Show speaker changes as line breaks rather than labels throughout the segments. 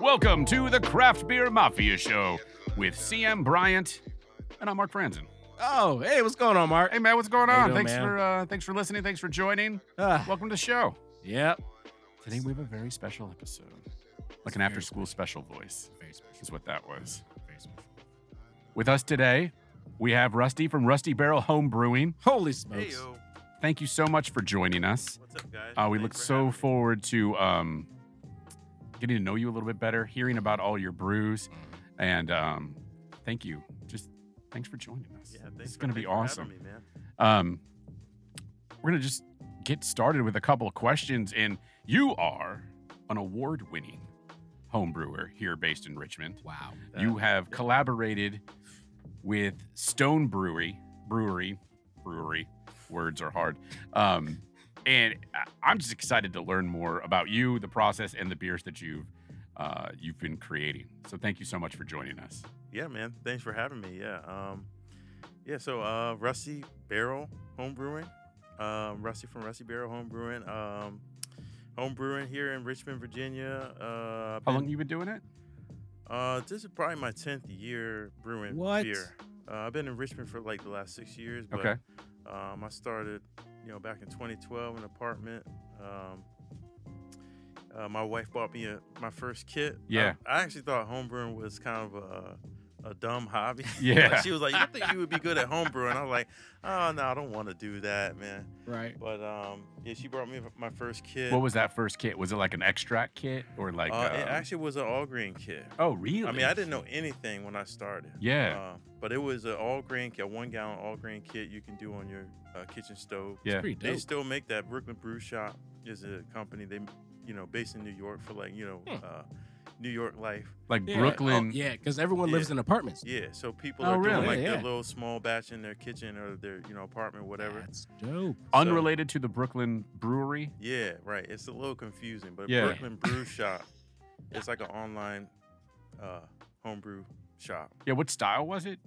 Welcome to the Craft Beer Mafia Show with CM Bryant and I'm Mark Franzen.
Oh, hey, what's going on, Mark?
Hey man, what's going
How you
on?
doing,
thanks
man?
for uh, thanks for listening. Thanks for joining.
Ah,
Welcome to the show.
yep.
Today we have a very special episode, like an after-school special voice. Is what that was. With us today, we have Rusty from Rusty Barrel Home Brewing.
Holy smokes.
yo,
Thank you so much for joining us.
what's up, guys?
Uh, we
Thanks
look
for
so
having me.
forward to um, getting to know you a little bit better, hearing about all your brews, and um, thank you. Just thanks for joining us.
Yeah,
this
thanks
is
for-
going to be
thanks for having
awesome.
me, man.
Um, we're going to just get started with a couple of questions. And you are an award winning home brewer here based in Richmond.
Wow.
you have collaborated with Stone Brewery, Brewery, Brewery. Words are hard. Um, and I- I'm just excited to learn more about you, the process, and the beers that you've uh, you've been creating. So thank you so much for joining us.
Yeah, man. Thanks for having me. Yeah. Um, yeah. So, uh, Rusty Barrel Home Brewing. Um, Rusty from Rusty Barrel Home Brewing. Um, home brewing here in Richmond, Virginia. Uh, I've
How
been-
long you been doing it?
Uh, this is probably my tenth year brewing
What?
beer. Uh, I've been in Richmond for like the last six years. But,
Okay.
Um, I started, you know, back in 2012 in an apartment. Um, uh, my wife bought me a, my first kit. I-
Yeah.
I, actually thought homebrewing was kind of a a dumb hobby. Like,
Yeah.
she was like, "You think you would be good at homebrewing?" I was like, "Oh no, I don't want to do that, man."
Right.
But um, yeah, she brought me my first kit.
What was that first kit? Was it like an extract kit or like?
uh, it
um,
actually was an all green kit.
oh, really?
I mean, I didn't know anything when I started.
Yeah.
Uh, but it was an all grain, a one gallon all grain kit you can do on your uh, kitchen stove.
yeah.
Pretty
They
dope.
still make that. Brooklyn Brew Shop is a company. They, you know, based in New York for like you know,
Hmm.
uh, New York life.
Like
Yeah.
Brooklyn.
Oh, yeah, because everyone lives
Yeah.
in apartments.
Yeah. So people
Oh,
are
really?
doing like
Yeah.
their little small batch in their kitchen or their you know apartment, whatever.
That's dope.
Unrelated to the Brooklyn brewery.
Yeah, right. It's a little confusing, but
Yeah.
Brooklyn Brew Shop, it's like an online uh, homebrew shop.
Yeah. What style was it?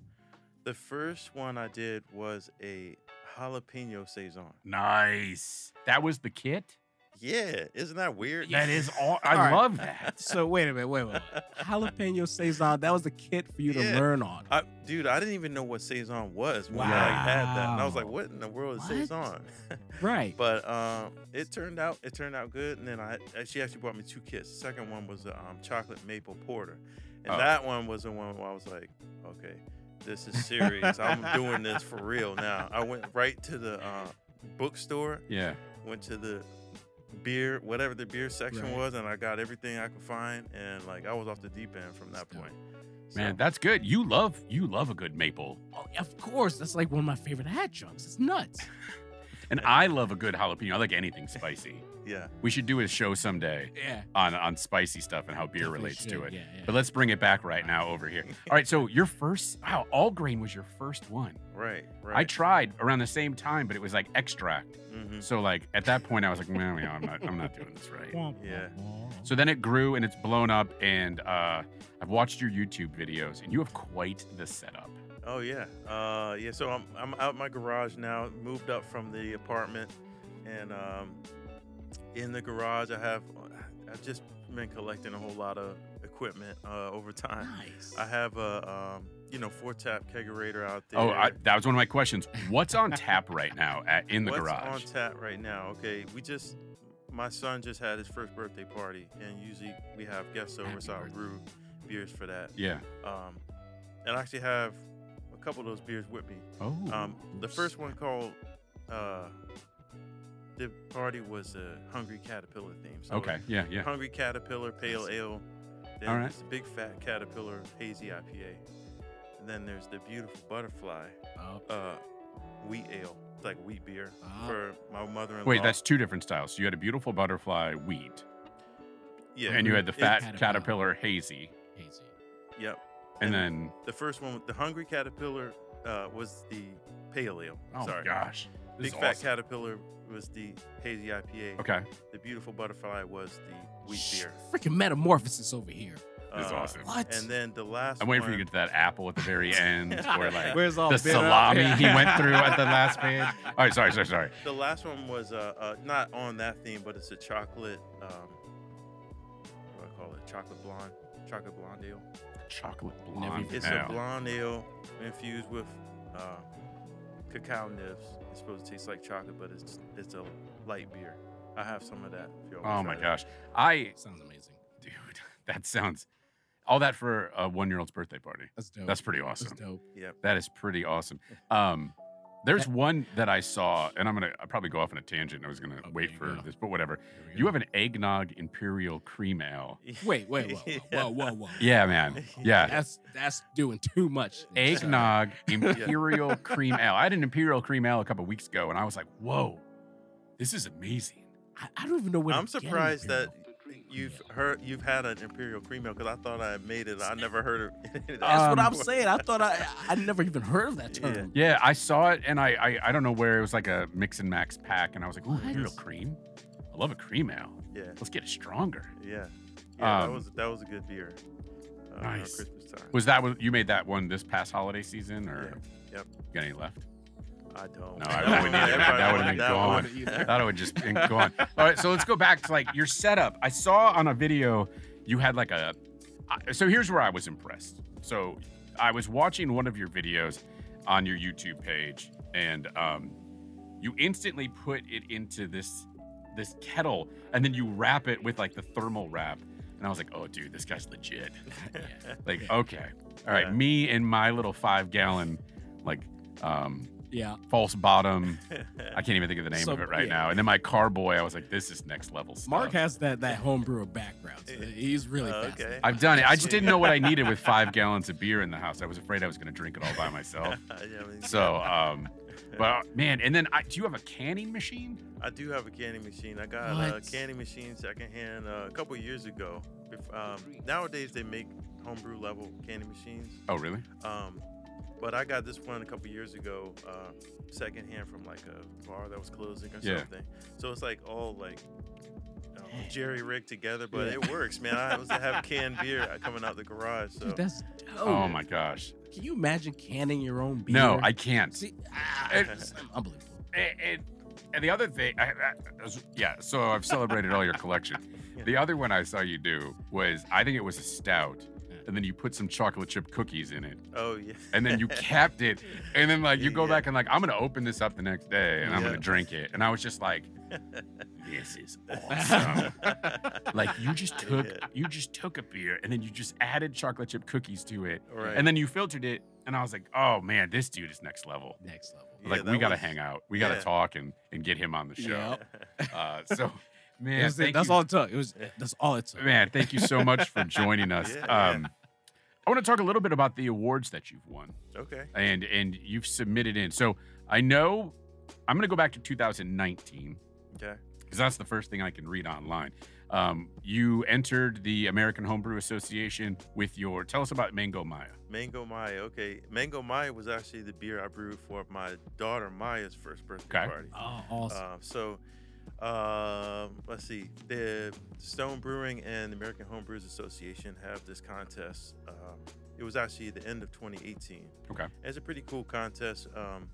The first one I did was a jalapeno saison.
Nice. That was the kit.
Yeah, isn't that weird?
That is all. I
All right.
love that.
So wait a minute, wait a minute. Jalapeno Saison, that was the kit for you to
Yeah.
learn on.
I, dude, I didn't even know what saison was when I like, had that, and I was like,
Wow.
"What in the world is
What?
saison?"
Right.
but um, it turned out it turned out good, and then I uh, she actually brought me two kits. The second one was a um, chocolate maple porter, and
Oh.
that one was the one where I was like, "Okay, this is serious. I'm doing this for real now." I went right to the uh, bookstore,
Yeah.
went to the beer, whatever the beer section
Right.
was, and I got everything I could find, and like I was off the deep end from
That's
that
dope.
point.
Man,
So-
that's good. You love you love a good maple,
Oh, of course, that's like one of my favorite hat jumps. It's nuts.
and I love a good jalapeno. I like anything spicy.
yeah,
We should do a show someday
Yeah.
on on spicy stuff and how beer
definitely
relates to
should.
it.
Yeah, yeah.
But let's bring it back right now over here. All right. So your first, wow, all grain was your first one.
right, right.
I tried around the same time, but it was like extract.
Mhm.
So like at that point, I was like, no, no, I'm not, I'm not doing this right.
Womp,
Yeah.
womp,
So then it grew and it's blown up, and uh, I've watched your YouTube videos, and you have quite the setup.
Oh yeah, uh, yeah. So I'm I'm out my garage now. Moved up from the apartment, and um, in the garage I have uh, I've just been collecting a whole lot of equipment uh, over
womp.
time.
Nice.
I have a um, you know four tap kegerator out there.
Oh, I, that was one of my questions. What's on tap right now at, in the
What's
garage?
on tap right now? Okay, we just my son just had his first birthday party, and usually we have guests over,
Happy
so I
birthday.
brew beers for that.
yeah.
Um, and I actually have a couple of those beers with me.
Oh.
Um, the
Oops.
first one called uh, the party was a Hungry Caterpillar theme. So
okay. Yeah. Yeah.
Hungry Caterpillar Pale Ale. Then
All right.
there's the Big Fat Caterpillar Hazy IPA. And then there's the Beautiful Butterfly
Oh,
uh, Wheat Ale. It's like wheat beer
Ah.
for my mother-in-law.
Wait, that's two different styles. So you had a beautiful butterfly wheat,
yeah.
and you had the
It-
fat
Caterpillar.
caterpillar hazy,
hazy.
Yep.
and
And-
then
The first one, the Hungry Caterpillar, uh, was the Pale Ale.
oh
Sorry.
gosh, this
Big
is
Fat
awesome.
Caterpillar was the Hazy IPA.
Okay.
The Beautiful Butterfly was the wheat
Shh,
beer.
Freaking metamorphosis over here.
This is
Uh,
awesome.
What?
And then the last.
I'm waiting
one,
for you to get to that apple at the very end, or like
Where's
Oh,
all
the
bitter up
salami
here?
he went through at the last page. All right. Sorry. Sorry. Sorry.
The last one was uh, uh, not on that theme, but it's a chocolate. Um, what do I call it? chocolate blonde, chocolate blonde ale.
Chocolate
Never
blonde.
even-
It's
ale.
a blonde ale infused with uh, cacao nibs. It's supposed to taste like chocolate, but it's it's a light beer. I have some of that. If y'all wanna
Oh my
try that.
gosh. I
Sounds amazing.
dude, that sounds all that for a one year old's birthday party.
That's dope.
That's pretty
That's
awesome.
dope.
That is pretty awesome. Um, there's one that I saw, and I'm gonna I probably go off on a tangent. I was gonna
Oh,
wait
there
for
you go.
this, but whatever.
Here we
You
go.
have an eggnog imperial cream ale.
Wait, wait, whoa, whoa, whoa, whoa, whoa.
Yeah, man. Yeah.
That's that's doing too much. Nick. Sorry.
Eggnog imperial cream ale. I had an imperial cream ale a couple weeks ago, and I was like, whoa, this is amazing.
I, I don't even know what
I'm surprised that you've heard you've had an imperial cream ale because I thought I had made it. I never heard of. That's
That's what I'm
Um,
saying. I thought I I never even heard of that
Yeah.
term.
Yeah, I saw it, and I I, I don't know where it was like a mix and max pack, and I was like, ooh,
What?
imperial cream. I love a cream ale.
Yeah,
Let's get it stronger.
yeah, yeah.
Um,
that was that was a good beer. Uh, around
nice.
Christmas time.
Was that what you made that one this past holiday season, or
Yeah, yep.
you got any left?
I don't.
No,
That
I
one-
wouldn't either, man.
everybody
That would've been
liked that one.
gone. Yeah.
That would just been go on. All right, so let's go back to like your setup. I saw on a video you had like a. I- So here's where I was impressed. So I was watching one of your videos on your YouTube page, and um, you instantly put it into this this kettle, and then you wrap it with like the thermal wrap. And I was like, oh, dude, this guy's legit. Like, okay, all right,
Yeah.
me and my little five gallon, like, um,
Yeah.
false bottom. I can't even think of the name
So-
of it right
yeah.
now. And then my carboy, I was like, this is next level stuff.
Mark has that that homebrewer background. So he's really
Oh,
fast.
okay.
I've done it. I just didn't know what I needed with five gallons of beer in the house. I was afraid I was going to drink it all by myself.
Yeah, I mean,
So, um, but man, and then I, do you have a canning machine?
I do have a candy machine. I got a
What?
candy machine secondhand uh, a couple years ago. Bef- Um, nowadays they make homebrew level candy machines,
Oh, really?
um, but I got this one a couple years ago uh, secondhand from like a bar that was closing or
Yeah.
something. So it's like all like um, jerry rigged together, but
Yeah.
it works, man. I was to have canned beer coming out the garage. So
Dude, that's dope.
Oh my gosh.
Can you imagine canning your own beer?
No, I can't.
see. Ah,
It-
it's unbelievable.
And- and, and the other thing, I, I, yeah. So I've celebrated all your collection. The other one I saw you do was, I think it was a stout, and then you put some chocolate chip cookies in it,
oh yeah,
and then you capped it, and then like you go
Yeah.
back and like I'm gonna open this up the next day, and I'm
Yeah.
gonna drink it, and I was just like, this is awesome. like you just took
Yeah.
you just took a beer, and then you just added chocolate chip cookies to it,
right.
and then you filtered it, and I was like, oh man, this dude is next level.
Next level.
Yeah,
like
that
we gotta
was-
hang out, we
yeah.
gotta talk and and get him on the show.
Yeah.
Uh, so, man,
It was-
thank
that's
you,
all it took. It was that's all it took.
man, thank you so much for joining us.
Yeah, yeah.
Um, I want to talk a little bit about the awards that you've won
okay.
and and you've submitted in. So I know I'm going to go back to 2019
Okay.
because that's the first thing I can read online. Um, you entered the American Homebrew Association with your. Tell us about Mango Maya.
Mango Maya. Okay, Mango Maya was actually the beer I brewed for my daughter Maya's first birthday
Okay.
party.
Oh, awesome.
Uh, so, um, let's see. The Stone Brewing and the American Homebrewers Association have this contest. Um, it was actually the end of 2018.
Okay.
It's a pretty cool contest. Um,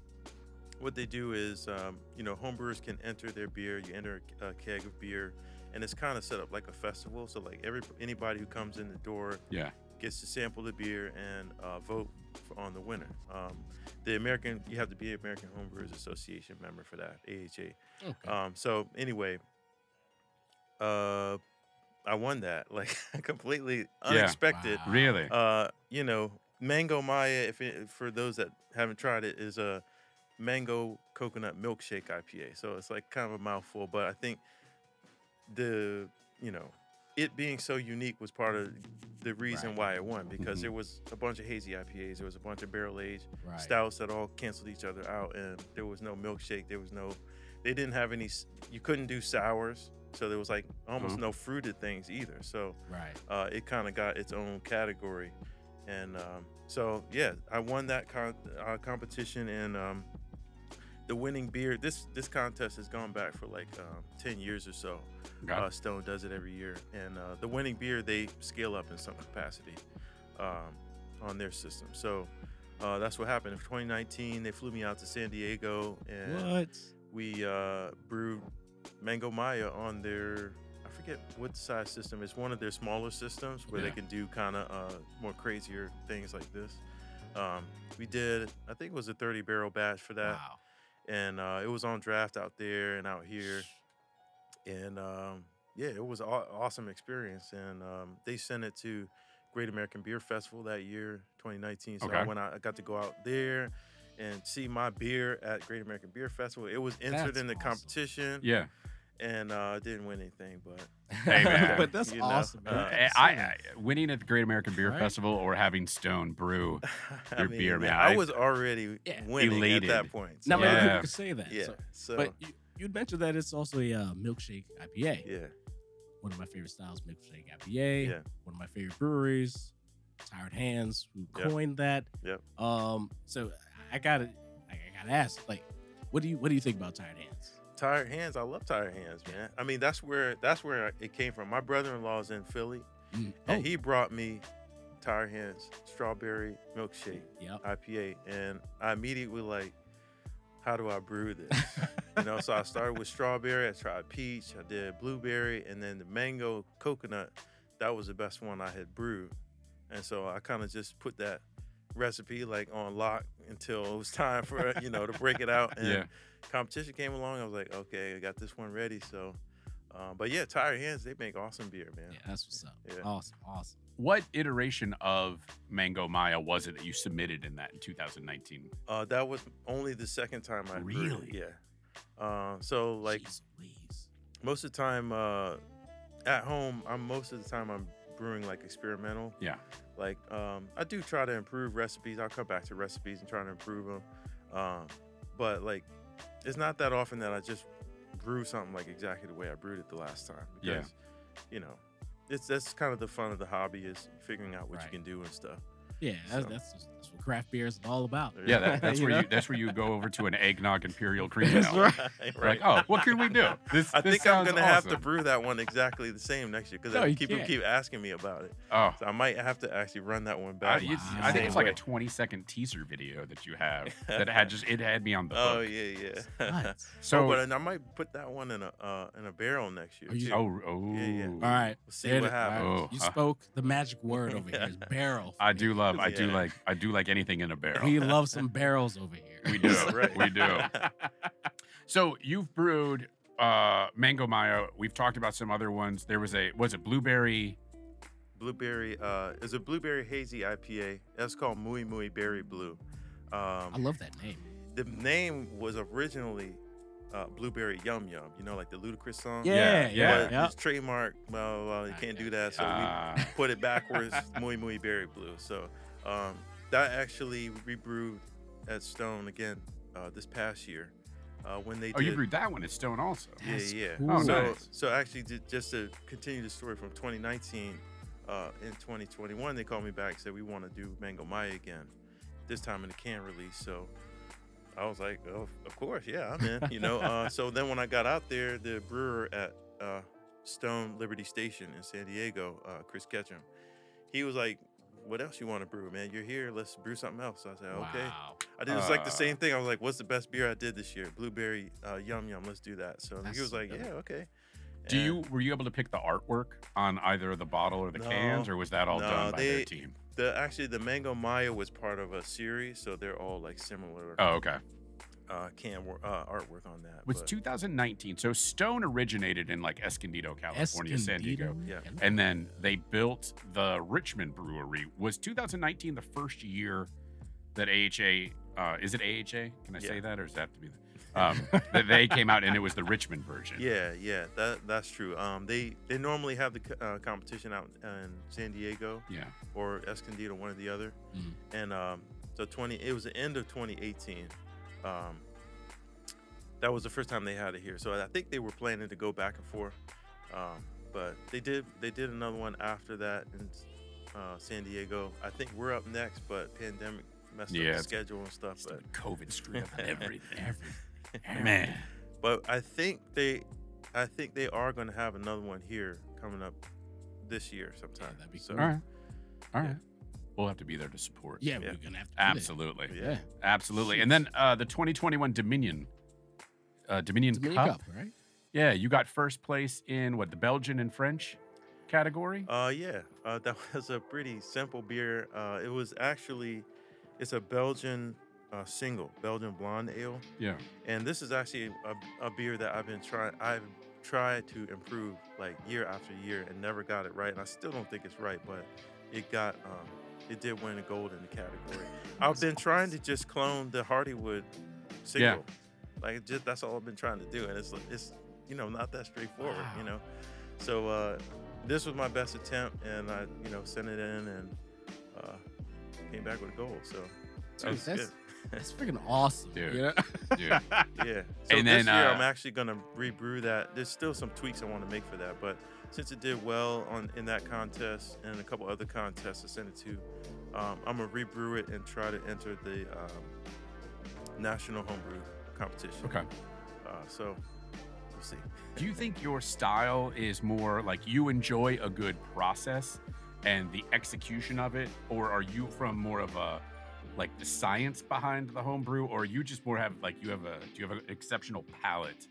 what they do is, um, you know, homebrewers can enter their beer. You enter a keg of beer, and it's kind of set up like a festival. So, like every anybody who comes in the door
Yeah.
gets to sample the beer and uh, vote for, on the winner. Um, the American, you have to be an American Homebrewers Association member for that, AHA.
okay.
Um, so anyway, uh, I won that like completely unexpected.
Wow.
Really?
Uh, you know, Mango Maya. If it, for those that haven't tried it, is a mango coconut milkshake IPA. So it's like kind of a mouthful, but I think the you know it being so unique was part of the
Right.
reason
Mm-hmm.
why it won because
Mhm.
there was a bunch of hazy IPAs, there was a bunch of barrel aged
right.
stouts that all canceled each other out and there was no milkshake there was no they didn't have any s- you couldn't do sours so there was like almost
Mhm.
no fruited things either so
Right.
uh, it kind of got its own category and um, so yeah i won that con- uh, competition and um, the winning beer this this contest has gone back for like um, 10 years or so
Okay.
uh, Stone does it every year, and uh, the winning beer they scale up in some capacity um, on their system. So uh, that's what happened. In 2019, they flew me out to San Diego, and
What?
we uh, brewed Mango Maya on their I forget what size system. It's one of their smaller systems where
Yeah.
they can do kind of uh, more crazier things like this. Um, we did, I think it was a 30 barrel batch for that,
Wow.
and uh, it was on draft out there and out here. And um, yeah, it was an awesome experience. And um, they sent it to Great American Beer Festival that year, 2019. So
Okay.
when I, got to go out there and see my beer at Great American Beer Festival, it was entered
That's
in the
awesome.
competition
Yeah.
and uh, didn't win anything, but
Hey, man.
but that's
You know,
awesome. man.
uh,
I,
You got to
I,
see that.
I- winning at the Great American Beer
Right.
Festival or having Stone brew.
I
Your
mean,
beer, man.
I
I-
was already
Yeah.
winning
Elated.
at that point.
not many
yeah.
Yeah.
people can say that.
yeah.
so-
So,
But you, you'd mentioned that it's also a uh, milkshake IPA.
yeah,
One of my favorite styles, milkshake IPA.
Yeah.
One of my favorite breweries, Tired Hands, who
Yep.
coined that.
Yep.
Um. So I gotta, I gotta ask, like, what do you, what do you think about Tired Hands?
tired hands. I love tired hands, man. I mean, that's where that's where it came from. My brother-in-law's in Philly,
Mm,
and he brought me tired hands strawberry milkshake
yep.
IPA, and I immediately like, how do I brew this? you know, so I started with strawberry. I tried peach. I did blueberry, and then the mango coconut. That was the best one I had brewed, and so I kind of just put that recipe like on lock until it was time for you know to break it out. And
Yeah.
competition came along. I was like, okay, I got this one ready. So, um, but yeah, Tire Hands they make awesome beer, man.
Yeah, that's what's up.
Yeah.
Awesome, awesome.
What iteration of Mango Maya was it that you submitted in that in 2019?
Uh, that was only the second time I brewed it,
Really?
Yeah. Uh, so like
Jeez Louise.
most of the time uh, at home i'm most of the time i'm brewing like experimental
Yeah.
like um, i do try to improve recipes i'll come back to recipes and try to improve them um, but like it's not that often that i just brew something like exactly the way i brewed it the last time
Yeah.
because you know it's that's kind of the fun of the hobby is figuring out what
Right.
you can do and stuff
Yeah, that's,
So-
that's, that's what craft beer is all about.
Yeah, that, that's
You
where you
know?
that's where you go over to an eggnog imperial cream
That's
ale.
right.
Like, oh, what can we do? This
I
this
think I'm
sounds
gonna have to
awesome.
brew that one exactly the same next year because
No, you
people
can't.
keep asking me about it.
Oh,
So I might have to actually run that one
I,
back.
it's-
Wow.
I think it's like a
Same
20 second teaser video that you have that had just it had me on the
Oh
hook.
yeah, yeah.
Nuts.
So
oh, but I might put that one in a uh, in a barrel next year.
Are you-
too.
oh oh
Yeah, yeah.
all right.
We'll see
there
what
it- all right,
happens.
Oh,
You
uh,
spoke the magic word over here. It's
Yeah.
barrel.
I do love I do
Yeah.
like I do like anything in a barrel.
We love some barrels over here.
We do.
Yeah, right.
We do. So you've brewed uh mango mayo. We've talked about some other ones. There was a was it blueberry?
blueberry uh, is a blueberry hazy IPA. That's called Muy Muy Berry Blue.
I
Um,
love that name.
the name was originally uh, Blueberry Yum Yum. You know, like the Ludacris song.
Yeah,
Yeah,
yeah.
yeah, Ah,
But it's trademark. Blah, blah, blah, you can't do that. So we
Uh,
put it backwards, muy muy berry blue. So um, that actually rebrewed at Stone again uh, this past year uh, when they
oh,
did.
you brewed that one at Stone also.
yeah,
That's
yeah.
cool.
Oh,
so
nice.
so actually, ju- just to continue the story from 2019, uh, in 2021 they called me back and said we want to do Mango Maya again, this time in a can release. So. I was like, oh, of course, yeah, I'm in, you know. Uh, so then when I got out there, the brewer at uh, Stone Liberty Station in San Diego, uh, Chris Ketchum, he was like, "What else you want to brew, man? You're here. Let's brew something else." I said, "Okay."
Wow.
I did it was like
Uh.
the same thing. I was like, "What's the best beer I did this year? Blueberry uh, Yum Yum. Let's do that." So
That's
he was like,
dope.
"Yeah, okay."
Do
And
you were you able to pick the artwork on either the bottle or the
No.
cans, or was that all
No,
done by their
they-
team?
The actually the Mango Maya was part of a series, so they're all like similar
Oh, okay.
uh, can wor- uh, artwork on that.
was
but-
2019. So Stone originated in like Escondido, California, San Diego.
Escondido,
Yeah.
And then they built the Richmond Brewery. Was 2019 the first year that AHA, uh, is it AHA? Can I say
Yeah.
that or is that to be the, um, that they came out and it was the Richmond version?
Yeah, yeah, that that's true. Um, they they normally have the co- uh, competition out in San Diego
Yeah.
or Escondido, one or the other.
Mm-hmm.
Mhm.
And um, so twenty, it was the end of 2018. Um, that was the first time they had it here. So I think they were planning to go back and forth, um, but they did they did another one after that in uh, San Diego. I think we're up next, but pandemic messed
Yeah,
up
it's-
the schedule and stuff. But
Stupid COVID screwed up everything.
Every, every-
Man.
But I think they, I think they are going to have another one here coming up this year sometime.
that'd be
so,
All right. All
Yeah.
right. We'll have to be there to support.
Yeah,
Yeah.
we're gonna have to. do that.
Absolutely.
Yeah.
Yeah.
Absolutely. And then uh, the 2021 Dominion, uh, Dominion,
Dominion
Cup.
Cup, right?
Yeah, you got first place in what the Belgian and French category.
Uh, yeah, uh, that was a pretty simple beer. Uh, it was actually, it's a Belgian uh, single, Belgian blonde ale,
yeah,
and this is actually a, a beer that I've been trying. I've tried to improve like year after year and never got it right, and I still don't think it's right. But it got, um, it did win a gold in the category. I've been trying to just clone the Hardywood single, like it just that's all I've been trying to do, and it's it's you know not that straightforward, you know. So uh, this was my best attempt, and I you know sent it in and uh, came back with a gold. So that
Dude,
was
that's-
good.
That's freaking awesome,
Dude.
You know?
dude.
yeah. So
And then,
this year
uh,
I'm actually gonna rebrew that. There's still some tweaks I want to make for that, but since it did well on in that contest and a couple other contests I sent it to, um, I'm gonna rebrew it and try to enter the um, national homebrew competition.
Okay.
Uh, so we'll see.
Do you think your style is more like you enjoy a good process and the execution of it, or are you from more of a like the science behind the homebrew, or you just more have like you have a do you have an exceptional palate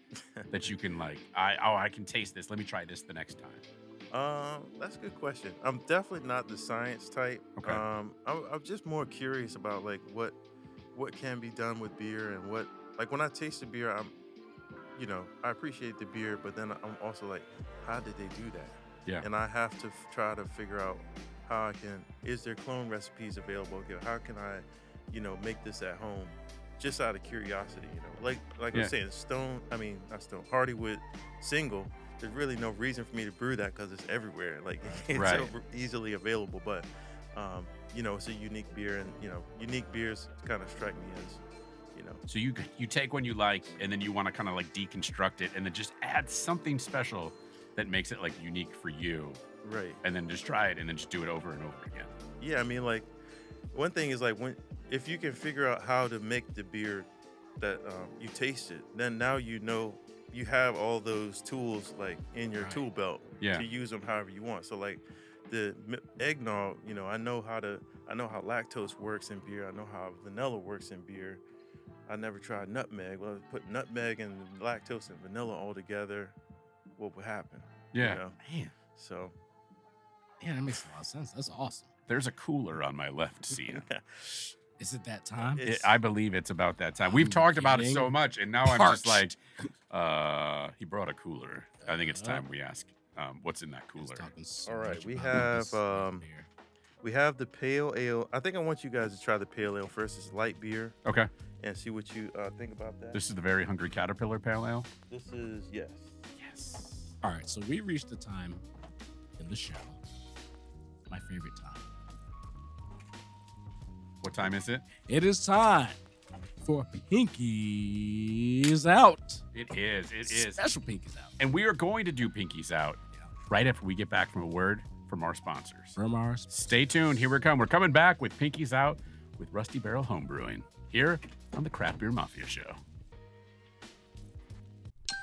that you can like I oh I can taste this. Let me try this the next time.
Um, that's a good question. I'm definitely not the science type.
Okay.
Um, I'm, I'm just more curious about like what what can be done with beer and what like when I taste the beer, I'm you know I appreciate the beer, but then I'm also like, how did they do that?
Yeah.
And I have to f- try to figure out how I can. Is there clone recipes available? Okay, how can I, you know, make this at home? Just out of curiosity, you know, like like
Yeah.
I'm saying, Stone. I mean, not Stone Hardywood single there's really no reason for me to brew that because it's everywhere. Like it's
Right.
so easily available. But um, you know, it's a unique beer, and you know, unique beers kind of strike me as, you know,
So you you take one you like, and then you want to kind of like deconstruct it, and then just add something special that makes it like unique for you,
right.
and then just try it, and then just do it over and over again.
Yeah, I mean, like one thing is like when if you can figure out how to make the beer that um, you tasted, then now you know you have all those tools like in your
Right.
tool belt
Yeah.
to use them however you want. So like the mi- eggnog, you know, I know how to I know how lactose works in beer. I know how vanilla works in beer. I never tried nutmeg. Well, put nutmeg and lactose and vanilla all together, what would happen? you
Yeah.
know?
Man,
So
yeah, that makes a lot of sense. That's awesome.
There's a cooler on my left, Sia.
Is it that time?
It-
it's-
I believe it's about that time. We've
I'm
talked about it so
getting
much, and now I'm just like,
parched.
uh, he brought a cooler. I think it's
Uh,
time we ask, um, what's in that
I was
cooler?
talking so
All right,
much
we
about
have,
this damn
um,
beer.
We have the pale ale. I think I want you guys to try the pale ale first. It's light beer
Okay,
and see what you uh, think about that.
this is the very hungry caterpillar pale ale.
this is yes.
Yes.
All right, so we reached the time in the show. My favorite time.
What time is it?
It is time for Pinkies Out.
It is. It is.
Special Pinkies Out
And we are going to do pinkies out
Yeah.
right after we get back from a word from our sponsors.
from our
Stay tuned. Here we come. We're coming back with pinkies out with Rusty Barrel Homebrewing here on the Craft Beer Mafia Show.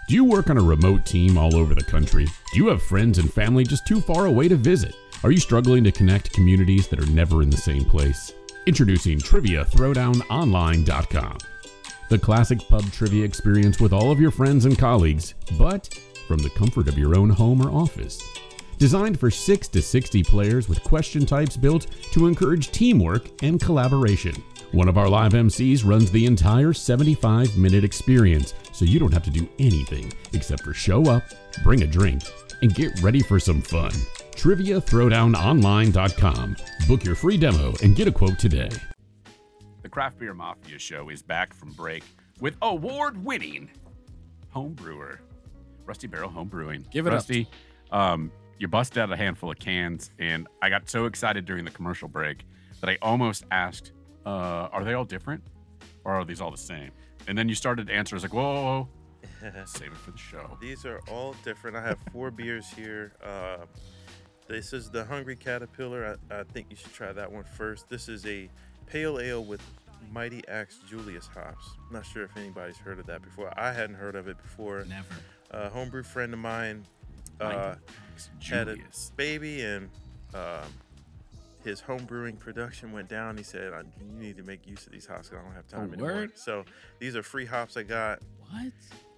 Do you work on a remote team all over the country? Do you have friends and family just too far away to visit? Are you struggling to connect communities that are never in the same place? Introducing TriviaThrowdownOnline.com, the classic pub trivia experience with all of your friends and colleagues, but from the comfort of your own home or office. Designed for 6 to 60 players with question types built to encourage teamwork and collaboration. One of our live MCs runs the entire 75 minute experience, so you don't have to do anything except for show up, bring a drink, and get ready for some fun. TriviaThrowdownOnline.com. Book your free demo and get a quote today.
The Craft Beer Mafia Show is back from break with award winning homebrewer, Rusty Barrel Homebrewing.
Give it up.
Rusty, um, you busted out a handful of cans, and I got so excited during the commercial break that I almost asked, uh, Are they all different or are these all the same? And then you started to answer. I was like, Whoa, whoa, whoa. save it for the show.
These are all different. I have four beers here. Uh, this is the Hungry Caterpillar. I, I think you should try that one first. This is a pale ale with Mighty Axe Julius hops. Not sure if anybody's heard of that before. I hadn't heard of it before.
Never.
A homebrew friend of mine.
Mighty
Uh,
Axe
had a
Julius.
baby and um, his home brewing production went down. He said, I, "You need to make use of these hops. 'cause I don't have time anymore."
word?
So these are free hops I got.
What?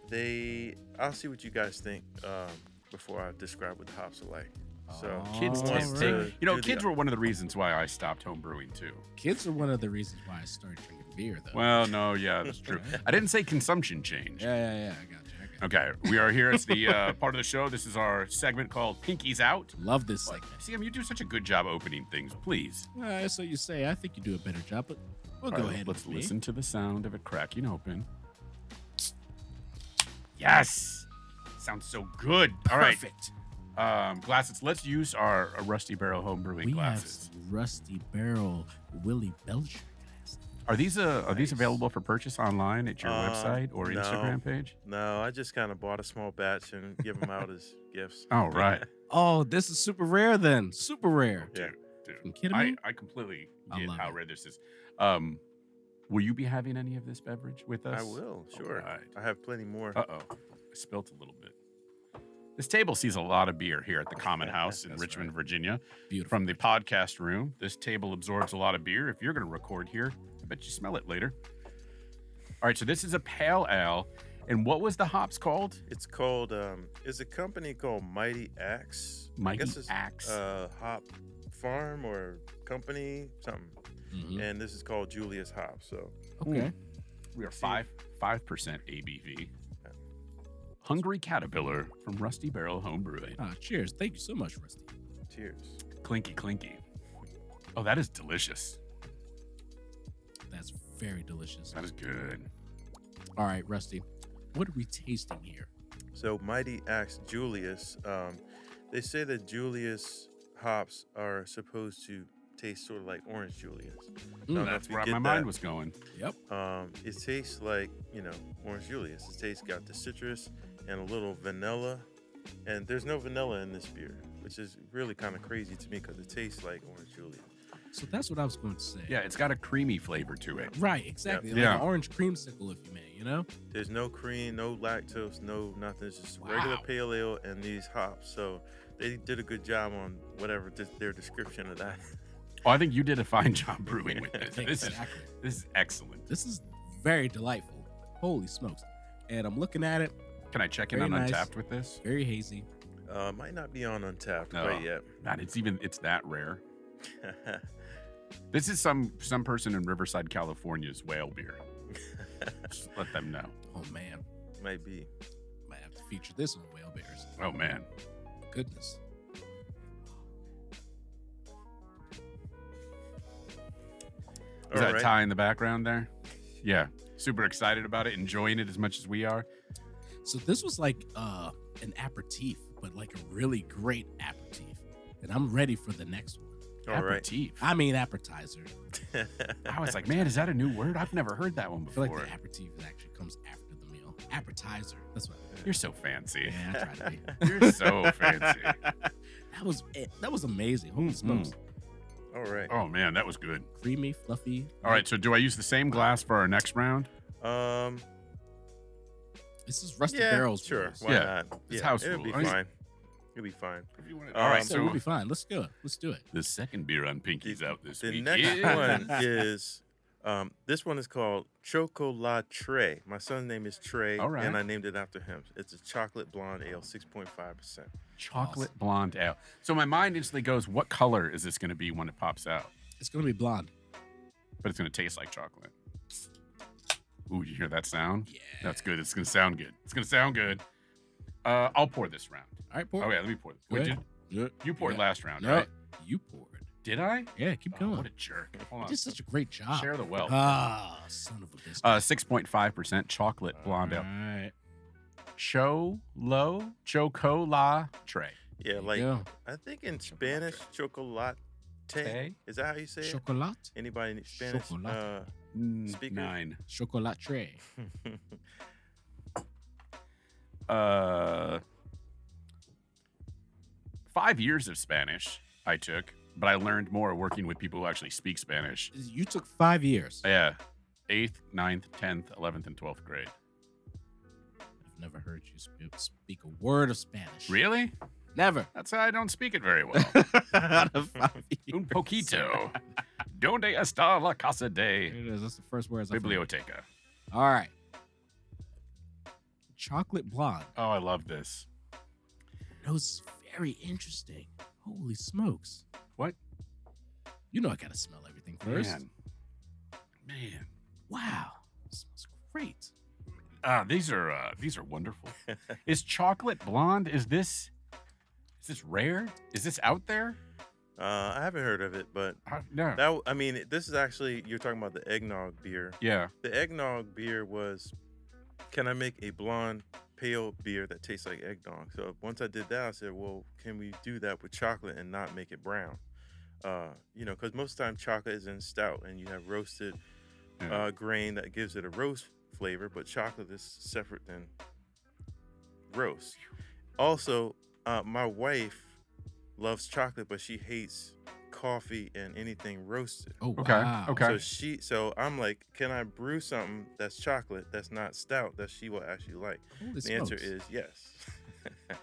they I'll see what you guys think um, before I describe what the hops are like. So
Oh. Kids
who
All
tend
wants
to-
to
you know,
do the-
kids were one of the reasons why I stopped home brewing too.
Kids are one of the reasons why I started drinking beer, though.
Well, no, yeah, that's true. I didn't say consumption change.
yeah, yeah, yeah. I got you. I got
Okay, we are here. It's the uh, part of the show. This is our segment called Pinkies Out.
you. Love this
Like,
segment.
Sam, you do such a good job opening things. Please.
All right, so you say. I think you do a better job, but we'll go
All right,
ahead.
Let's
with me.
listen to the sound of it cracking open. Yes, sounds so good. All right,
Perfect.
um, glasses. Let's use our, uh rusty barrel home brewing
We have
glasses.
some rusty barrel Willie Belcher glasses.
Are these uh, are these
Nice.
available for purchase online at your
Uh,
website or
no.
Instagram page?
No, I just kind of bought a small batch and give them out as gifts.
Oh right,
Oh, this is super rare then. Super rare.
Yeah.
You kidding
I,
me?
I completely
I
get
love
how
it.
rare this is. Um, will you be having any of this beverage with us?
I will, sure.
Alright.
I have plenty more.
Uh oh, I spilt a little bit. This table sees a lot of beer here at the Common House in
That's
Richmond,
right.
Virginia.
Beautiful.
From the podcast room, this table absorbs a lot of beer. If you're going to record here, I bet you smell it later. All right, so this is a pale ale, and what was the hops called?
It's called. Um, it's a company called Mighty Axe. I
Mighty
guess it's
Axe.
uh, hop farm or company something.
Hmm.
Mhm.
And this is called Julius Hop. So
Okay.
We are
See-
five five percent ABV. Hungry Caterpillar from Rusty Barrel Home Brewing.
Ah, cheers. Thank you so much, Rusty.
cheers.
Clinky, clinky. Oh, that is delicious.
That's very delicious.
That is good.
All right, Rusty. What are we tasting here?
So Mighty Axe Julius. Um, they say that Julius hops are supposed to taste sort of like orange Julius. I don't know
Hmm, That's
if you
where my
get
mind
that.
was going.
Yep.
Um, it tastes like you know orange Julius. It tastes got the citrus and a little vanilla, and there's no vanilla in this beer, which is really kind of crazy to me because it tastes like orange Julius.
So that's what I was going to say.
Yeah, it's got a creamy flavor to it.
Right, exactly. Like
Yeah.
an orange creamsicle, if you may, you know?
There's no cream, no lactose, no nothing. It's just regular
Wow.
pale ale and these hops. So they did a good job on whatever de- their description of that.
Oh, I think you did a fine job brewing with this. This is
exactly.
this is excellent.
This is very delightful. Holy smokes. And I'm looking at it,
Can I check in
Very
on
nice.
Untapped with this?
very hazy.
Uh, might not be on Untapped
No.
quite yet.
God, it's even it's that rare. This is some some person in Riverside, California's whale beer. Just let them know.
Oh, man.
might be.
Might have to feature this on Whale Bears.
Oh man.
Goodness.
Is
All
that
right.
Ty in the background there? Yeah. Super excited about it, enjoying it as much as we are.
So this was like uh an aperitif, but like a really great aperitif. And I'm ready for the next one.
All right.
Aperitif.
I mean appetizer.
I was like, man, is that a new word? I've never heard that one
I feel
before.
like the aperitif actually comes after the meal. Appetizer. That's what I
You're so fancy.
yeah, I try to be.
You're so fancy.
That was it. That was amazing. Holy
Mm,
smokes.
All right.
Oh man, that was good.
Creamy, fluffy.
All right, so do I use the same glass for our next round?
Um.
This is Rusty
yeah.
Barrels.
sure.
rules.
Why
Yeah,
not?
it's
yeah.
house
It'll be
rule. I mean-
fine. It'll be fine.
All
Um,
right,
So we'll
so
be fine. Let's go. Let's do it.
the second beer on Pinky's out this
The
week.
next
is-
one is. Um, this one is called Chocolatre. My son's name is Trey,
All right.
and I named it after him. It's a chocolate blonde ale, six point five percent.
chocolate blonde ale. So my mind instantly goes, what color is this going to be when it pops out?
It's gonna be blonde.
But it's going to taste like chocolate. Ooh, you hear that sound?
Yeah.
That's good. It's going to sound good. It's going to sound good. Uh, I'll pour this round.
All right,
Oh
pour.
yeah, let me pour. This.
Go
Wait,
ahead.
did,
Yeah.
you poured
Yeah.
last round,
No,
right?
you poured.
Did I?
Yeah, keep
Oh,
going.
what a jerk! Hold
You
on.
did such a great job.
Share the wealth.
Ah, son of a biscuit.
Uh, six point five percent chocolate Uh, blonde ale.
Alright. Mm-hmm.
Cholo, chocola tray.
Yeah,
There you
like
go.
I think in Spanish, chocolate.
Tay?
Is that how you say it?
chocolate,
Anybody in Spanish?
Chocolate.
Speaker.
Nine.
chocolate tray.
Uh,
Uh, five years of Spanish I took, but I learned more working with people who actually speak Spanish.
You took five years.
Yeah, eighth, ninth, tenth, eleventh, and twelfth grade.
I've never heard you sp- speak a word of Spanish.
Really?
Never.
That's how I don't speak it very well.
Out of five
Un poquito. Donde está la casa de
Here it is. That's the first words. I found.
biblioteca?
All right. chocolate blonde.
Oh, I love this.
That was very interesting. Holy smokes.
What?
You know I gotta smell everything first.
Man. Man.
Wow. This smells great.
Ah, these are uh, these are wonderful. is chocolate blonde? Is this is this rare? Is this out there?
Uh, I haven't heard of it, but
I- Uh, no.
that w- I mean, it- this is actually you're talking about the eggnog beer.
yeah.
The eggnog beer was, can I make a blonde pale beer that tastes like eggnog? So once I did that, I said, well, can we do that with chocolate and not make it brown? Uh, you know, because most of the time chocolate is in stout and you have roasted
Yeah.
uh, grain that gives it a roast flavor, but chocolate is separate than roast. Also, uh, my wife loves chocolate, but she hates coffee and anything roasted.
Oh
Okay,
wow.
okay.
So she, so I'm like, can I brew something that's chocolate, that's not stout, that she will actually like?
Holy
the answer
smokes.
is yes.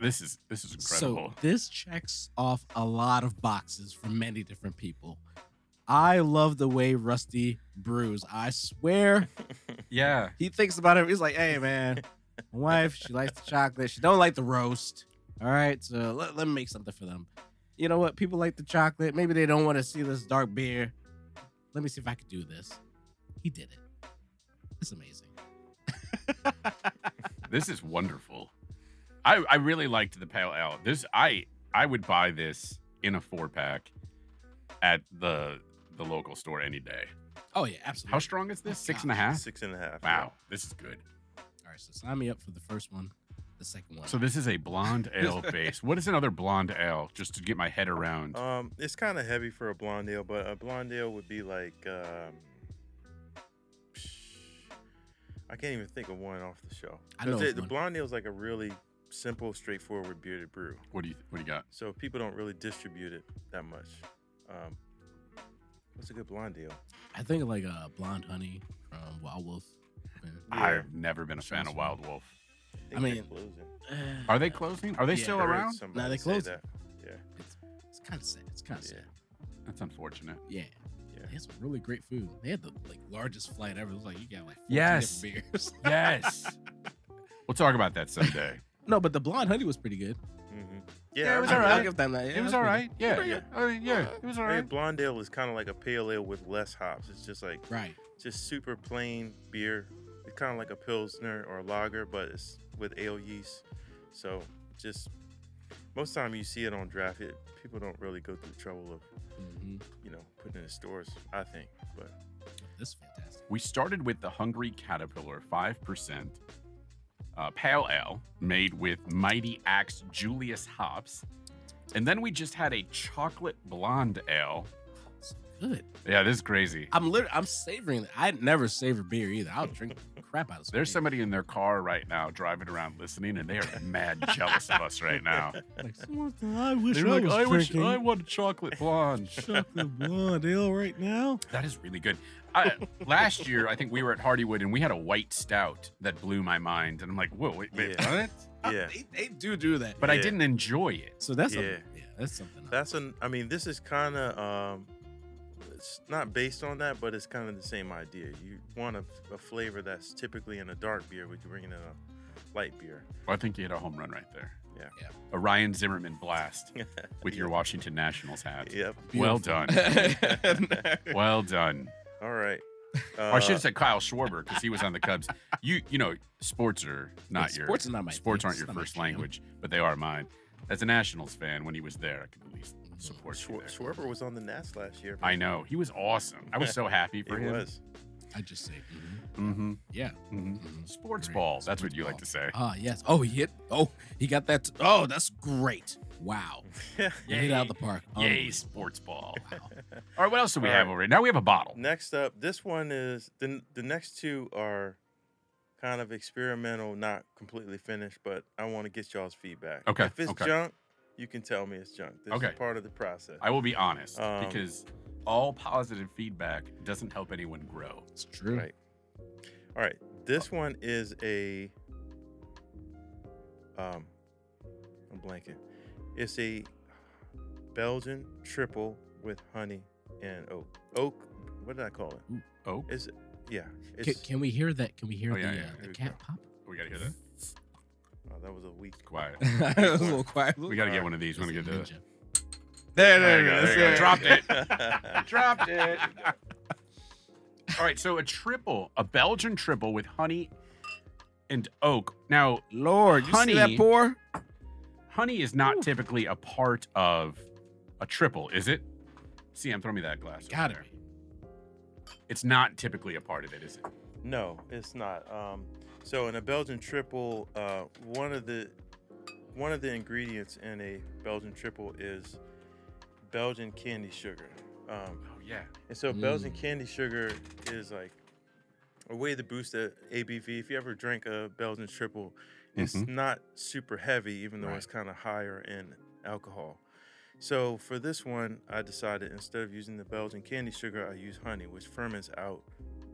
This is this is
So
incredible.
this checks off a lot of boxes for many different people. I love the way Rusty brews. I swear
yeah.
he thinks about it. He's like, hey man, my wife, she likes the chocolate. She don't like the roast. All right, so let, let me make something for them. You know what? People like the chocolate. Maybe they don't want to see this dark beer. Let me see if I could do this. He did it. It's amazing.
This is wonderful. I I really liked the pale ale. This I I would buy this in a four pack at the the local store any day.
Oh yeah, absolutely.
How strong is this? Six and a half.
Six and a half. yeah.
Wow, this is good.
All right, so sign me up for the first one, the second one.
So this is a blonde ale base. What is another blonde ale? Just to get my head around.
Um, it's kind of heavy for a blonde ale, but a blonde ale would be like, um, I can't even think of one off the shelf.
I know
'Cause
of
it- the
one.
blonde ale is like a really simple, straightforward beer to brew,
What do you What do you got?
so people don't really distribute it that much. Um, what's a good blonde ale?
I think of like a blonde honey from Wild Wolf.
Yeah.
I've never been a fan of
Sounds
Wild Wolf.
think they're
mean,
closing.
Eh.
Are they closing? Are they
Yeah.
still
I heard
around?
somebody
Nah, they
say
closed
that.
It's, it's kind of sad. It's kind of
Yeah.
sad.
That's unfortunate.
Yeah.
Yeah.
They had some really great food. They had the like largest flight ever. It was like you got like 14
Yes.
different beers.
Yes. we'll talk about that someday.
no, but the blonde honey was pretty good.
Mhm.
Yeah,
Yeah,
it
I
was
I-
mean,
all
I'll
alright.
give them that. Yeah,
it was
that's
all
pretty
right. Yeah.
pretty
yeah.
good.
I mean, yeah. It was all
I mean,
right.
blonde ale is kind of like a pale ale with less hops. It's just like
good. Right.
just super plain beer. It's kind of like a pilsner or a lager, but it's with ale yeast. So just most time you see it on draft. It people don't really go through the trouble of
hmm
you know putting it in stores. I think, but
This is fantastic.
We started with the Hungry Caterpillar 5% uh, Pale Ale made with Mighty Axe Julius hops. And then we just had a chocolate blonde ale.
It's good.
Yeah, this is crazy.
I'm literally I'm savoring it. I never savor beer either. I'll drink the crap out of some
There's
beer.
somebody in their car right now driving around listening, and they are mad jealous of us right now.
Like, "Something I wish
They're
I
like,
was
I wish
drinking
I want a chocolate blonde.
chocolate blonde ale right now.
That is really good. I, last year, I think we were at Hardywood and we had a white stout that blew my mind. And I'm like, whoa, wait, wait
Yeah.
what?
yeah,
They, they do do that.
But I
Yeah.
didn't enjoy it.
So that's
Yeah.
something. Yeah, that's something. else.
that's an. I mean, this is kind of um, it's not based on that, but it's kind of the same idea. You want a, a flavor that's typically in a dark beer, but you bring it in a light beer.
I think you hit a home run right there.
Yeah.
Yeah.
A Ryan Zimmerman blast with your Washington Nationals hat.
Yep.
Well done. Well done.
All right.
or I should
Uh,
have said Kyle Schwarber because he was on the Cubs. You you know, sports are not
Yeah,
your
sports are not my
sports
thing.
aren't
It's
your
not my
first
jam.
language, but they are mine. As a Nationals fan, when he was there, I could at least
Mm-hmm.
support you
Schwar-
there.
Schwarber was on the Nats last year.
I know he was awesome. I was so happy
It
for him.
was.
I just say, mhm,
Mm-hmm.
yeah.
Mm-hmm.
mhm.
Sports
Great.
ball. That's what
Sports
you like
ball.
to say.
Ah, yes. Oh, he hit. Oh, he got that. t- oh, that's great. Wow. He hit it out of the park.
Yay,
Unbelievable.
sports ball.
Wow.
All right, what else do we
All
have
right.
over here? Now we have a bottle.
Next up, this one is the the next two are kind of experimental, not completely finished, but I want to get y'all's feedback.
Okay,
If it's
okay.
junk, you can tell me it's junk. This
Okay.
is part of the process.
I will be honest
Um,
because all positive feedback doesn't help anyone grow.
It's true.
Right. All right. This one is a um I'm blanking. It's a Belgian triple with honey and oak. Oak, what did I call it?
Oak.
It's yeah.
Can,
It's,
can we hear that? Can we hear
Oh,
the,
yeah,
uh,
yeah,
the
here we
cat pop?
We gotta hear that.
oh, that was a weak.
Quiet.
it was a little quiet.
We gotta get
Alright.
one of these. We're gonna get the.
Ninja.
There,
There you go,
that's
there you go.
it.
Dropped it.
I
dropped it. All right, so a triple, a Belgian triple with honey and oak. Now,
Lord, you see that
Honey.
pour?
honey is not typically a part of a triple, is it? CM, throw me that glass. over
Gotta
there.
be.
It's not typically a part of it, is it?
No, it's not. Um, so in a Belgian triple, uh, one of the one of the ingredients in a Belgian triple is Belgian candy sugar. Um,
Oh yeah.
and so Belgian
Mm.
candy sugar is like a way to boost the ABV. If you ever drink a Belgian triple, it's
Mhm.
not super heavy, even though
Right.
it's kind of higher in alcohol. So for this one, I decided instead of using the Belgian candy sugar, I use honey, which ferments out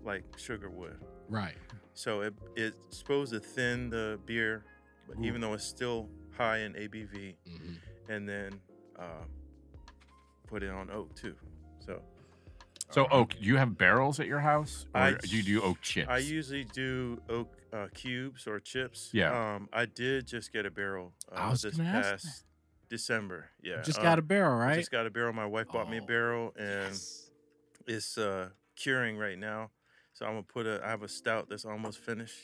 like sugar would.
Right.
So it, it's supposed to thin the beer, but
Ooh.
even though it's still high in ABV,
Mhm.
and then uh, put it on oak too. So um,
So oak, do you have barrels at your house, or
I-
do you do oak chips?
I usually do oak uh, cubes or chips.
Yeah.
Um, I did just get a barrel uh,
I was
this
gonna ask
past December. Yeah.
Just
uh,
um,
got a barrel,
I
right?
Just got a barrel. My wife bought me a
Oh,
barrel, and
Yes.
it's uh, curing right now. So I'm gonna put a. I have a stout that's almost finished,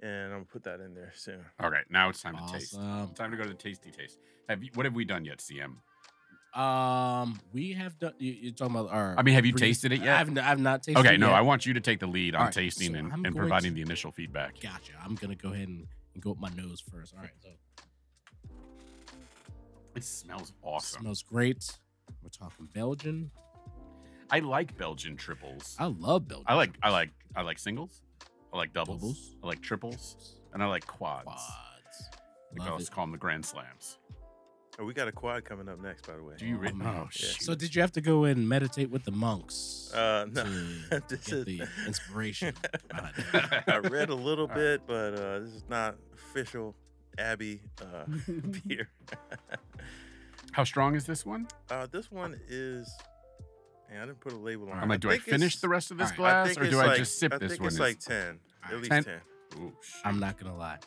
and I'm gonna put that in there soon.
All right, now it's time to taste.
Awesome.
Time to go to the tasty taste. Have you, what have we done yet, CM?
Um, we have done. You, you're talking about our.
I mean, have you
Brief-
tasted it yet?
I've, n- I've not tasted.
okay,
it
no,
yet.
I want you to take the lead on
All right,
tasting
so
and,
I'm
and
going
providing
to-
the initial feedback.
Gotcha. I'm gonna go ahead and, and go with my nose first. All right. So
It smells awesome.
smells great. We're talking Belgian.
I like Belgian triples.
I love Belgian.
I like I
triples.
like I like singles. I like doubles.
Doubles.
I like triples, and I like quads.
Quads.
I
Love
always
it.
call them the grand slams.
Oh, we got a quad coming up next, by the way.
Do you?
Oh,
Re-
man.
oh,
Yeah.
shit.
So did you have to go and meditate with the monks?
Uh, no.
to
This
get
is-
the inspiration. behind it?
I read a little
All
bit, but uh, this is not official Abbey uh, beer.
How strong is this one?
Uh, this one is. Man, I didn't put a label on. it.
I'm like, do I
think
finish
it's-
the rest of this
All right.
I
glass,
think
or
it's
do I
like-
just sip
I
this
think
one?
It's like ten,
All
at
right.
least
10?
ten.
Ooh, shit.
I'm not gonna lie.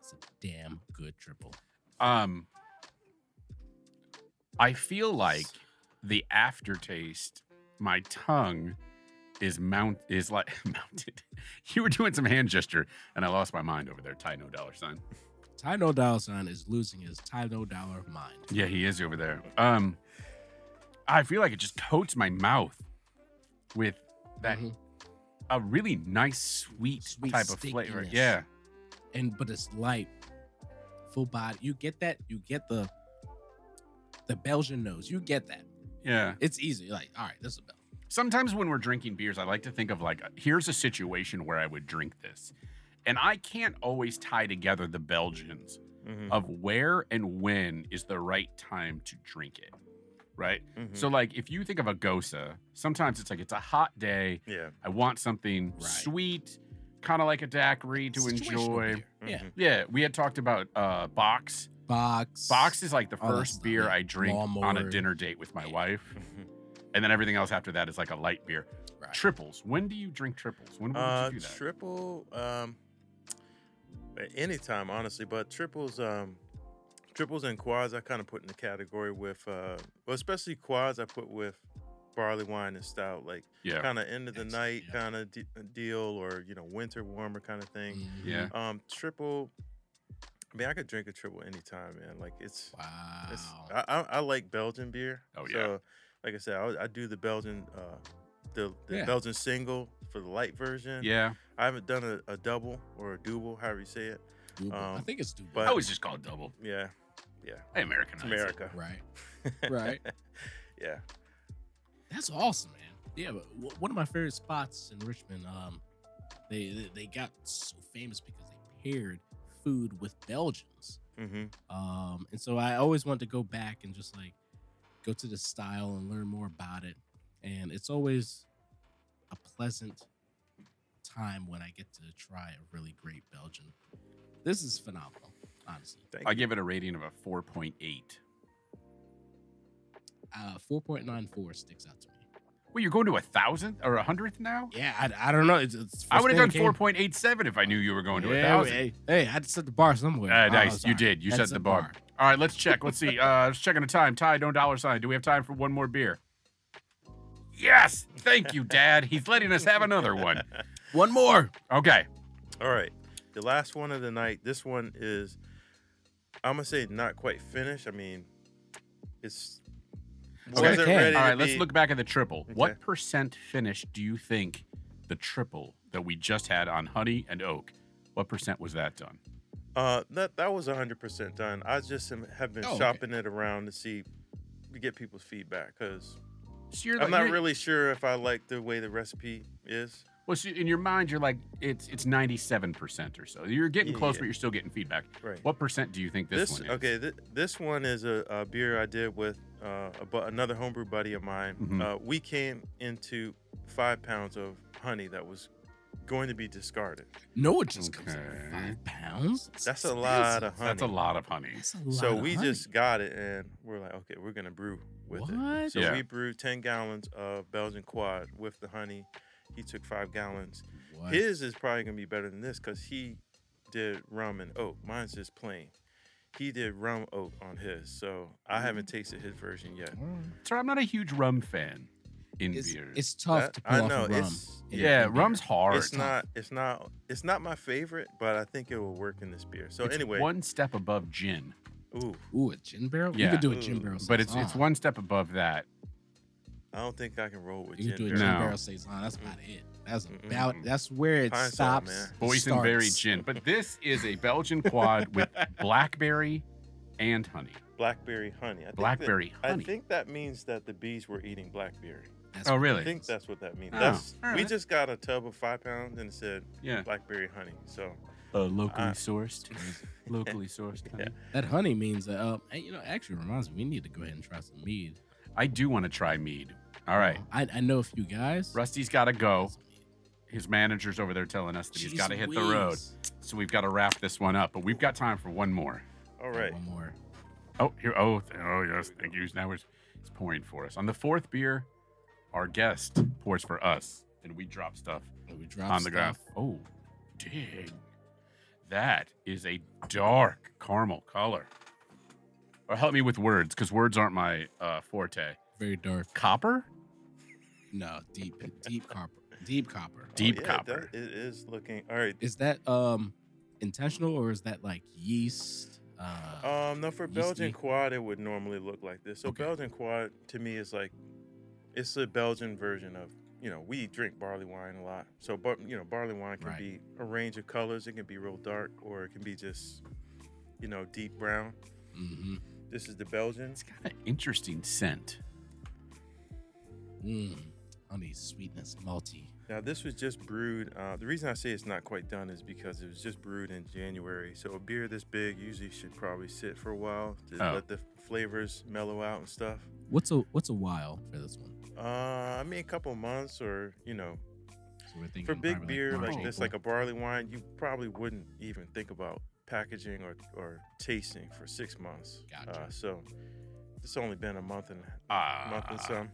It's a damn good triple.
Um, I feel like the aftertaste. My tongue is mount is like mounted. You were doing some hand gesture, and I lost my mind over there. Ty no dollar sign.
Ty No Dollar Sign is losing his Ty No Dollar mind.
Yeah, he is over there. Um, I feel like it just coats my mouth with that
Mhm.
a really nice Mm-hmm. sweet,
Sweet
type of flavor.
stickiness.
Yeah,
and but it's light, full body. You get that. You get the the Belgian nose. You get that.
yeah.
It's easy. Like all right, this is a Belgian.
Sometimes when we're drinking beers, I like to think of like, uh, here's a situation where I would drink this, and I can't always tie together the Belgians
Mhm,
of where and when is the right time to drink it, right?
Mm-hmm.
mhm.
Oh, So like, if you think of a Gosa, sometimes it's like it's a hot day.
yeah,
I want something
Right.
sweet, kind of like a daiquiri to
Situational
enjoy. Mm-hmm.
beer. Yeah,
mhm.
Yeah, we had talked about uh, Box.
box
Box is like the
Oh, that's
first
not
beer
it.
I drink on a
Lawnmower.
dinner date with my
Yeah.
wife,
Mhm.
and then everything else after that is like a light beer.
Right.
Triples. When do you drink triples? When would
Uh,
you do that?
triple. Um, a- anytime, honestly, but triples. Um, triples and quads, I kind of put in the category with, uh, well, especially quads, I put with barley wine and stout, like
yeah.
kind of end of the
That's-
night
yeah.
kind of de- deal, or you know, winter warmer kind of thing.
Mhm.
Yeah.
Um, triple. I mean, I could drink a triple anytime, man. Like it's,
Wow.
it's
uh,
I, I, I like Belgian beer.
Oh, yeah.
So, like I said, I, I do the Belgian, uh, the, the
Yeah.
Belgian single for the light version.
Yeah.
I haven't done a, a double or a double, however you say it.
Double. I
um,
think it's Dubai.
I
but-
always just call it double.
Yeah,
I Americanize
it's
it.
America.
right. Right.
yeah.
That's awesome, man. Yeah, but w- one of my favorite spots in Richmond. Um, they they- they got so famous because they paired food with Belgians.
Mm-hmm.
Um, and so I always wanted to go back and just like go to the style and learn more about it. And it's always a pleasant time when I get to try a really great Belgian. This is phenomenal, honestly.
Thank
I
you.
give it a rating of a 4.8.
Uh, 4.94 sticks out to me.
Wait, you're going to a thousand or a hundredth now?
Yeah, I, I don't know. It's, it's
I would have done
first thing
four
that
point eight seven if I knew you were going
came-
to a
Yeah,
thousand.
hey, hey, I had to set the bar somewhere.
Uh,
Oh,
nice. You
sorry.
did. You
Had to
set the bar. All right, let's check. Let's see. Uh, let's check on the time. Ty, no dollar sign. Do we have time for one more beer? Yes. Thank you, Dad. He's letting us have another one.
One more.
Okay.
All right. The last one of the night. This one is, I'm gonna say not quite finished. I mean, it's
Okay.
wasn't
Okay.
ready.
All
to
right. Let's
be-
look back at the triple.
Okay.
What percent finish do you think the triple that we just had on honey and oak? What percent was that done?
Uh, that that was 100 percent done. I just am, have been
Oh, okay.
shopping it around to see, to get people's feedback because
So you're
I'm not
you're-
really sure if I like the way the recipe is.
Well, so in your mind, you're like it's it's 97 percent or so. You're getting
Yeah,
close,
yeah.
but you're still getting feedback.
Right.
What percent do you think this,
This,
one? Is?
okay. Th- this one is a, a beer I did with uh, a, bu- another homebrew buddy of mine.
Mhm.
Uh, we came into five pounds of honey that was going to be discarded.
No, it just comes out
Okay.
at five pounds.
That's a lot of honey.
That's a lot of honey.
That's a lot
So
of
we
honey.
just got it, and we're like, okay, we're gonna brew with it.
What?
So
Yeah.
we brewed ten gallons of Belgian Quad with the honey. He took five gallons.
What?
His is probably gonna be better than this because he did rum and oak. Mine's just plain. He did rum oak on his, so I haven't
Mm.
tasted his version yet.
Sorry, I'm not a huge rum fan in
It's,
beer.
it's tough
That-
to pull
I
off
know,
a rum.
it's-
in-
yeah,
in beer.
rum's hard.
It's not. It's not. It's not my favorite, but I think it will work in this beer. So
It's
anyway,
one step above gin,
ooh,
Ooh, a gin barrel.
Yeah.
You could do a gin
Ooh.
barrel.
but it's it's
saison.
one step above that.
I don't think I can roll with
You
gin.
could do a
beer.
gin
No.
barrel saison. That's about it. That's
Mm. Mm-mm.
about. That's where it
Pine
stops.
salt, man.
Boysenberry
starts.
gin, but this is a Belgian quad with blackberry and honey.
Blackberry honey. I think that-
Blackberry honey.
I think that means that the bees were eating blackberry.
That's
oh,
what it
really?
I think that's what that means.
Oh,
That's
all
we
right.
just got a tub of five pounds and it said
yeah.
blackberry honey. So
Uh, locally
Uh,
sourced. locally sourced. Honey.
That honey means that. Uh, hey, you know, actually reminds me. We need to go ahead and try some mead. Um,
I do want to try mead. All right.
I, I know a few guys.
Rusty's got to go. His manager's over there telling us that he's
Jeez
got to hit the road.
Louise.
So we've got to wrap this one up, but we've got time for one more.
all right,
One more.
Oh, here. Oh, th- oh, yes. Thank you. Now it's, it's pouring for us. On the fourth beer, our guest pours for us, and we drop stuff
And We drop
on the ground.
stuff.
Oh, dang. That is a dark caramel color. Or help me with words, because words aren't my uh, forte.
Very dark.
Copper?
No, deep, deep copper. Deep copper.
Oh,
Deep
yeah,
copper.
That, it is looking all right.
Is that um intentional or is that like yeast? Uh,
Um, no, for
Yeasty.
Belgian quad, it would normally look like this. So
Okay.
Belgian quad to me is like it's a Belgian version of you know we drink barley wine a lot. So but you know barley wine can
Right.
be a range of colors. It can be real dark or it can be just you know deep brown.
mhm.
This is the Belgian.
It's got an interesting scent.
Mm. Honey, sweetness, malty.
Now, this was just brewed. Uh, the reason I say it's not quite done is because it was just brewed in January. So, a beer this big usually should probably sit for a while to
Oh.
let the flavors mellow out and stuff.
What's a what's a while for this one?
Uh, I mean, a couple months or, you know,
So we're thinking
for big
probably
beer
March,
like this,
April.
like a barley wine, you probably wouldn't even think about packaging or, or tasting for six months.
Gotcha.
Uh, so, it's only been a month and
Uh,
a month and some.
I,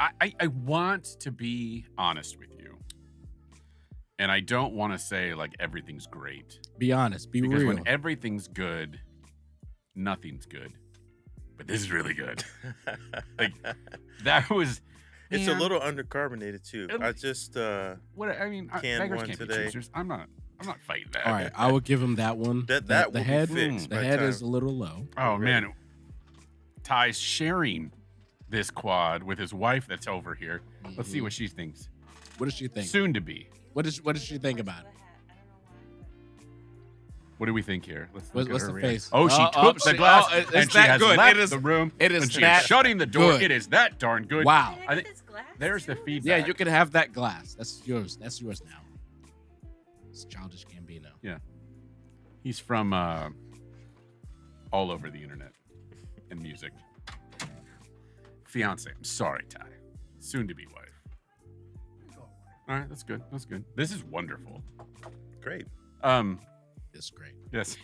Ah, I, I want to be honest with you. And I don't want to say like everything's great.
Be honest. Be
Because
real.
when everything's good, nothing's good. But this is really good. Like, That was
it's a
Man,
little undercarbonated, too.
It'll-
I just, uh,
what I mean, I,
Canned
beggars
one
can't be
today.
choosers. I'm not I'm not fighting that.
All right, I will give him that one.
That-
The-
that
the,
will be
head
fixed
the
by
head
time.
is a little low.
Oh
Right.
man. Ty's sharing this quad with his wife that's over here. Let's see
Mhm.
what she thinks.
What does she think?
Soon to be.
What does what does she think about it?
What do we think here? Let's
What's-
look at
what's
her
the
reaction.
face?
Oh, she
Oh, oh,
took
she-
the glass
oh, it-
and
it's
she
that
has
good.
left
It is-
the room.
it is
and she
that
is shutting the door.
good.
It is that darn good.
Wow.
I think- there's the
Yeah,
feedback.
you can have that glass. That's yours. That's yours now. It's childish Gambino.
He's from uh, all over the internet and music. Fiance, I'm sorry, Ty. Soon to be wife. All right, that's good. That's good. This is wonderful.
great.
Um,
It's great.
yes.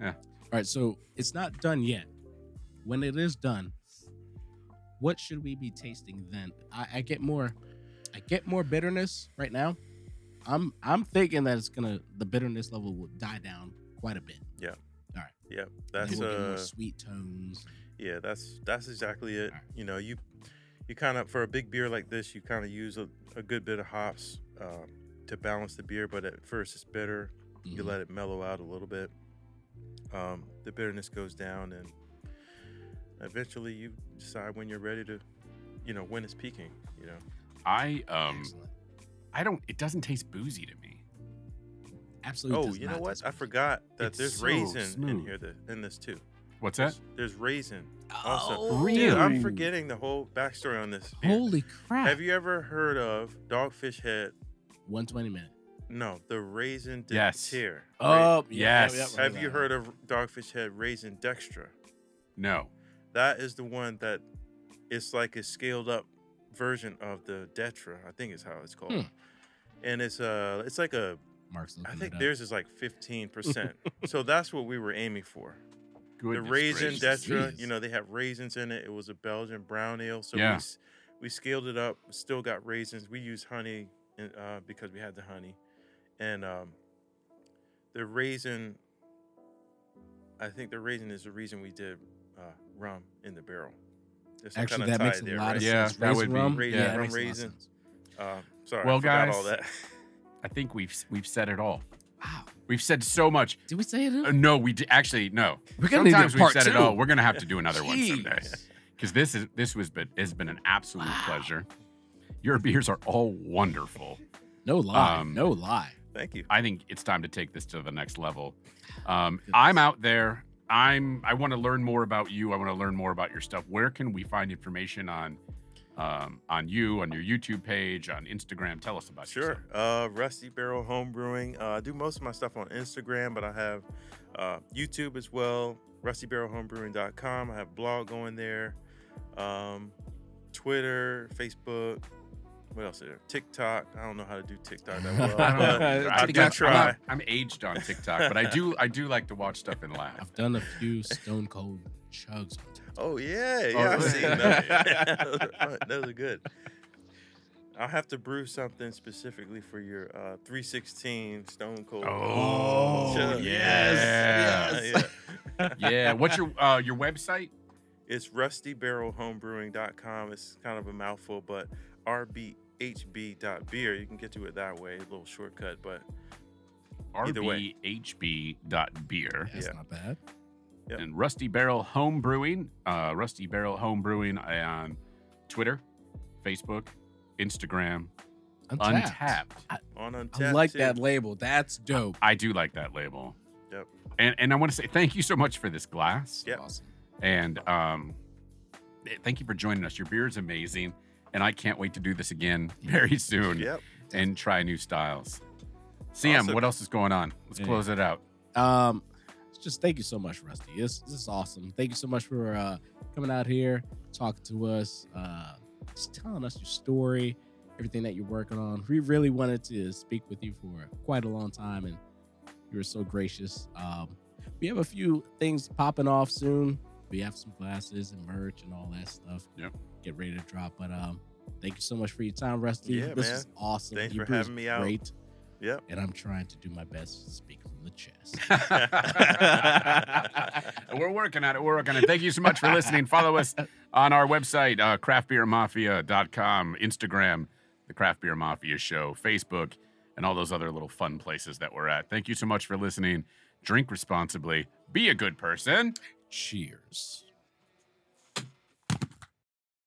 All right, so it's not done yet. When it is done, What should we be tasting then? I, I get more, I get more bitterness right now. I'm I'm thinking that it's gonna the bitterness level will die down quite a bit.
Yeah,
And
that's
we'll get more
uh,
sweet tones.
yeah, that's that's exactly it.
Alright.
You know, you you kind of for a big beer like this, you kind of use a, a good bit of hops um, to balance the beer. But at first, it's bitter. You
Mhm.
let it mellow out a little bit. Um, the bitterness goes down, and eventually, you decide when you're ready to, you know, when it's peaking. You know,
I um
Excellent.
I don't it doesn't taste boozy to me.
Absolutely.
oh,
does
you know
not
what?
taste
I
good.
forgot that
It's
there's
so
raisin in
smooth.
here. That, in this too.
What's that?
There's- There's raisin. Also-
Oh,
Dude, I'm
Really?
forgetting the whole backstory on this. Beer.
Holy crap!
Have you ever heard of Dogfish Head?
120 minute.
No, the Raisin
Yes.
Dexter.
Oh,
Yes.
Have you heard of Dogfish Head Raisin Dextra?
No.
That is the one that it's like a scaled up version of the Detra, I think is how it's called.
Hmm.
And it's uh it's like a
Mark's looking
I
it
think
up.
theirs is like 15%. so that's what we were aiming for.
Goodness
the raisin
gracious.
detra. You
Jeez.
know, they have raisins in it. It was a Belgian brown ale, so
Yeah.
we, s- we scaled it up. Still got raisins. We used honey and, uh, because we had the honey, and um, the raisin. I think the raisin is the reason we did uh, rum in the barrel. There's some
Actually,
kinda
that makes a
tie there,
lot of
right?
Yeah,
sense.
that
Raisin
would be-
rum?
Raisin
yeah, that
rum,
makes a lot of
raisin.
sense.
Uh, sorry,
Well,
I forgot all
guys,
that.
I think we've we've said it all.
Wow.
We've said so much.
Did we say it?
Uh, no, we d- actually no.
We're gonna Uh, need
Sometimes
that
we've
part
said
two.
it all. We're gonna have to do another one
Jeez.
someday because this is this was been has been an absolute
Wow.
pleasure. Your beers are all wonderful.
No lie.
Um,
no lie.
Thank you.
I think it's time to take this to the next level. Um, I'm out there. I'm. I want to learn more about you. I want to learn more about your stuff. Where can we find information on, um, on you, on your YouTube page, on Instagram? Tell us about yourself.
Sure. Uh, Rusty Barrel Home Brewing. Uh, I do most of my stuff on Instagram, but I have uh, YouTube as well. RustyBarrelHomeBrewing.com. I have blog going there. Um, Twitter, Facebook. What else is there? TikTok. I don't know how to do TikTok that well.
I don't
but
know.
Uh,
I-
I
I'm
do
not- I'm,
try.
not- I'm aged on TikTok, but I do. I do like to watch stuff and laugh.
I've done a few Stone Cold chugs. on TikTok.
Oh yeah,
Oh,
yeah. I've
really?
seen that. Those are good. I'll have to brew something specifically for your uh, 316 Stone Cold.
Oh,
Chug.
yes,
Yeah, yeah.
Yeah. What's your uh, your website?
It's rustybarrelhomebrewing.com. It's kind of a mouthful, but rbhb.beer. You can get to it that way, a little shortcut. But Either way.
rbhb.beer.
That's
Yeah.
not bad.
Yep.
and Rusty Barrel Home Brewing. Uh, Rusty Barrel Home Brewing on Twitter, Facebook, Instagram, Untapped.
on Untapped,
I like
too.
that label. That's dope.
I do like that label.
Yep.
And and I want to say thank you so much for this glass.
Yep.
Awesome.
And um, eh, thank you for joining us. Your beer is amazing, and I can't wait to do this again very soon
Yep.
and try new styles. CM,
Awesome.
what else is going on? Let's
Yeah.
close it out.
Um, it's just thank you so much, Rusty. This, this is awesome. Thank you so much for uh, coming out here, talking to us, uh, just telling us your story, everything that you're working on. We really wanted to speak with you for quite a long time, and you were so gracious. Um, we have a few things popping off soon. We have some glasses and merch and all that stuff.
Yep.
Get ready to drop. But um, thank you so much for your time, Rusty.
Yeah,
this
man.
is awesome.
Thanks
Your
for
brew is
having me out.
Great.
Yep.
And I'm trying to do my best to speak from the chest.
We're working on it. We're working on it. Thank you so much for listening. Follow us on our website, uh, craftbeermafia.com, Instagram, The Craft Beer Mafia Show, Facebook, and all those other little fun places that we're at. Thank you so much for listening. Drink responsibly. Be a good person.
Cheers.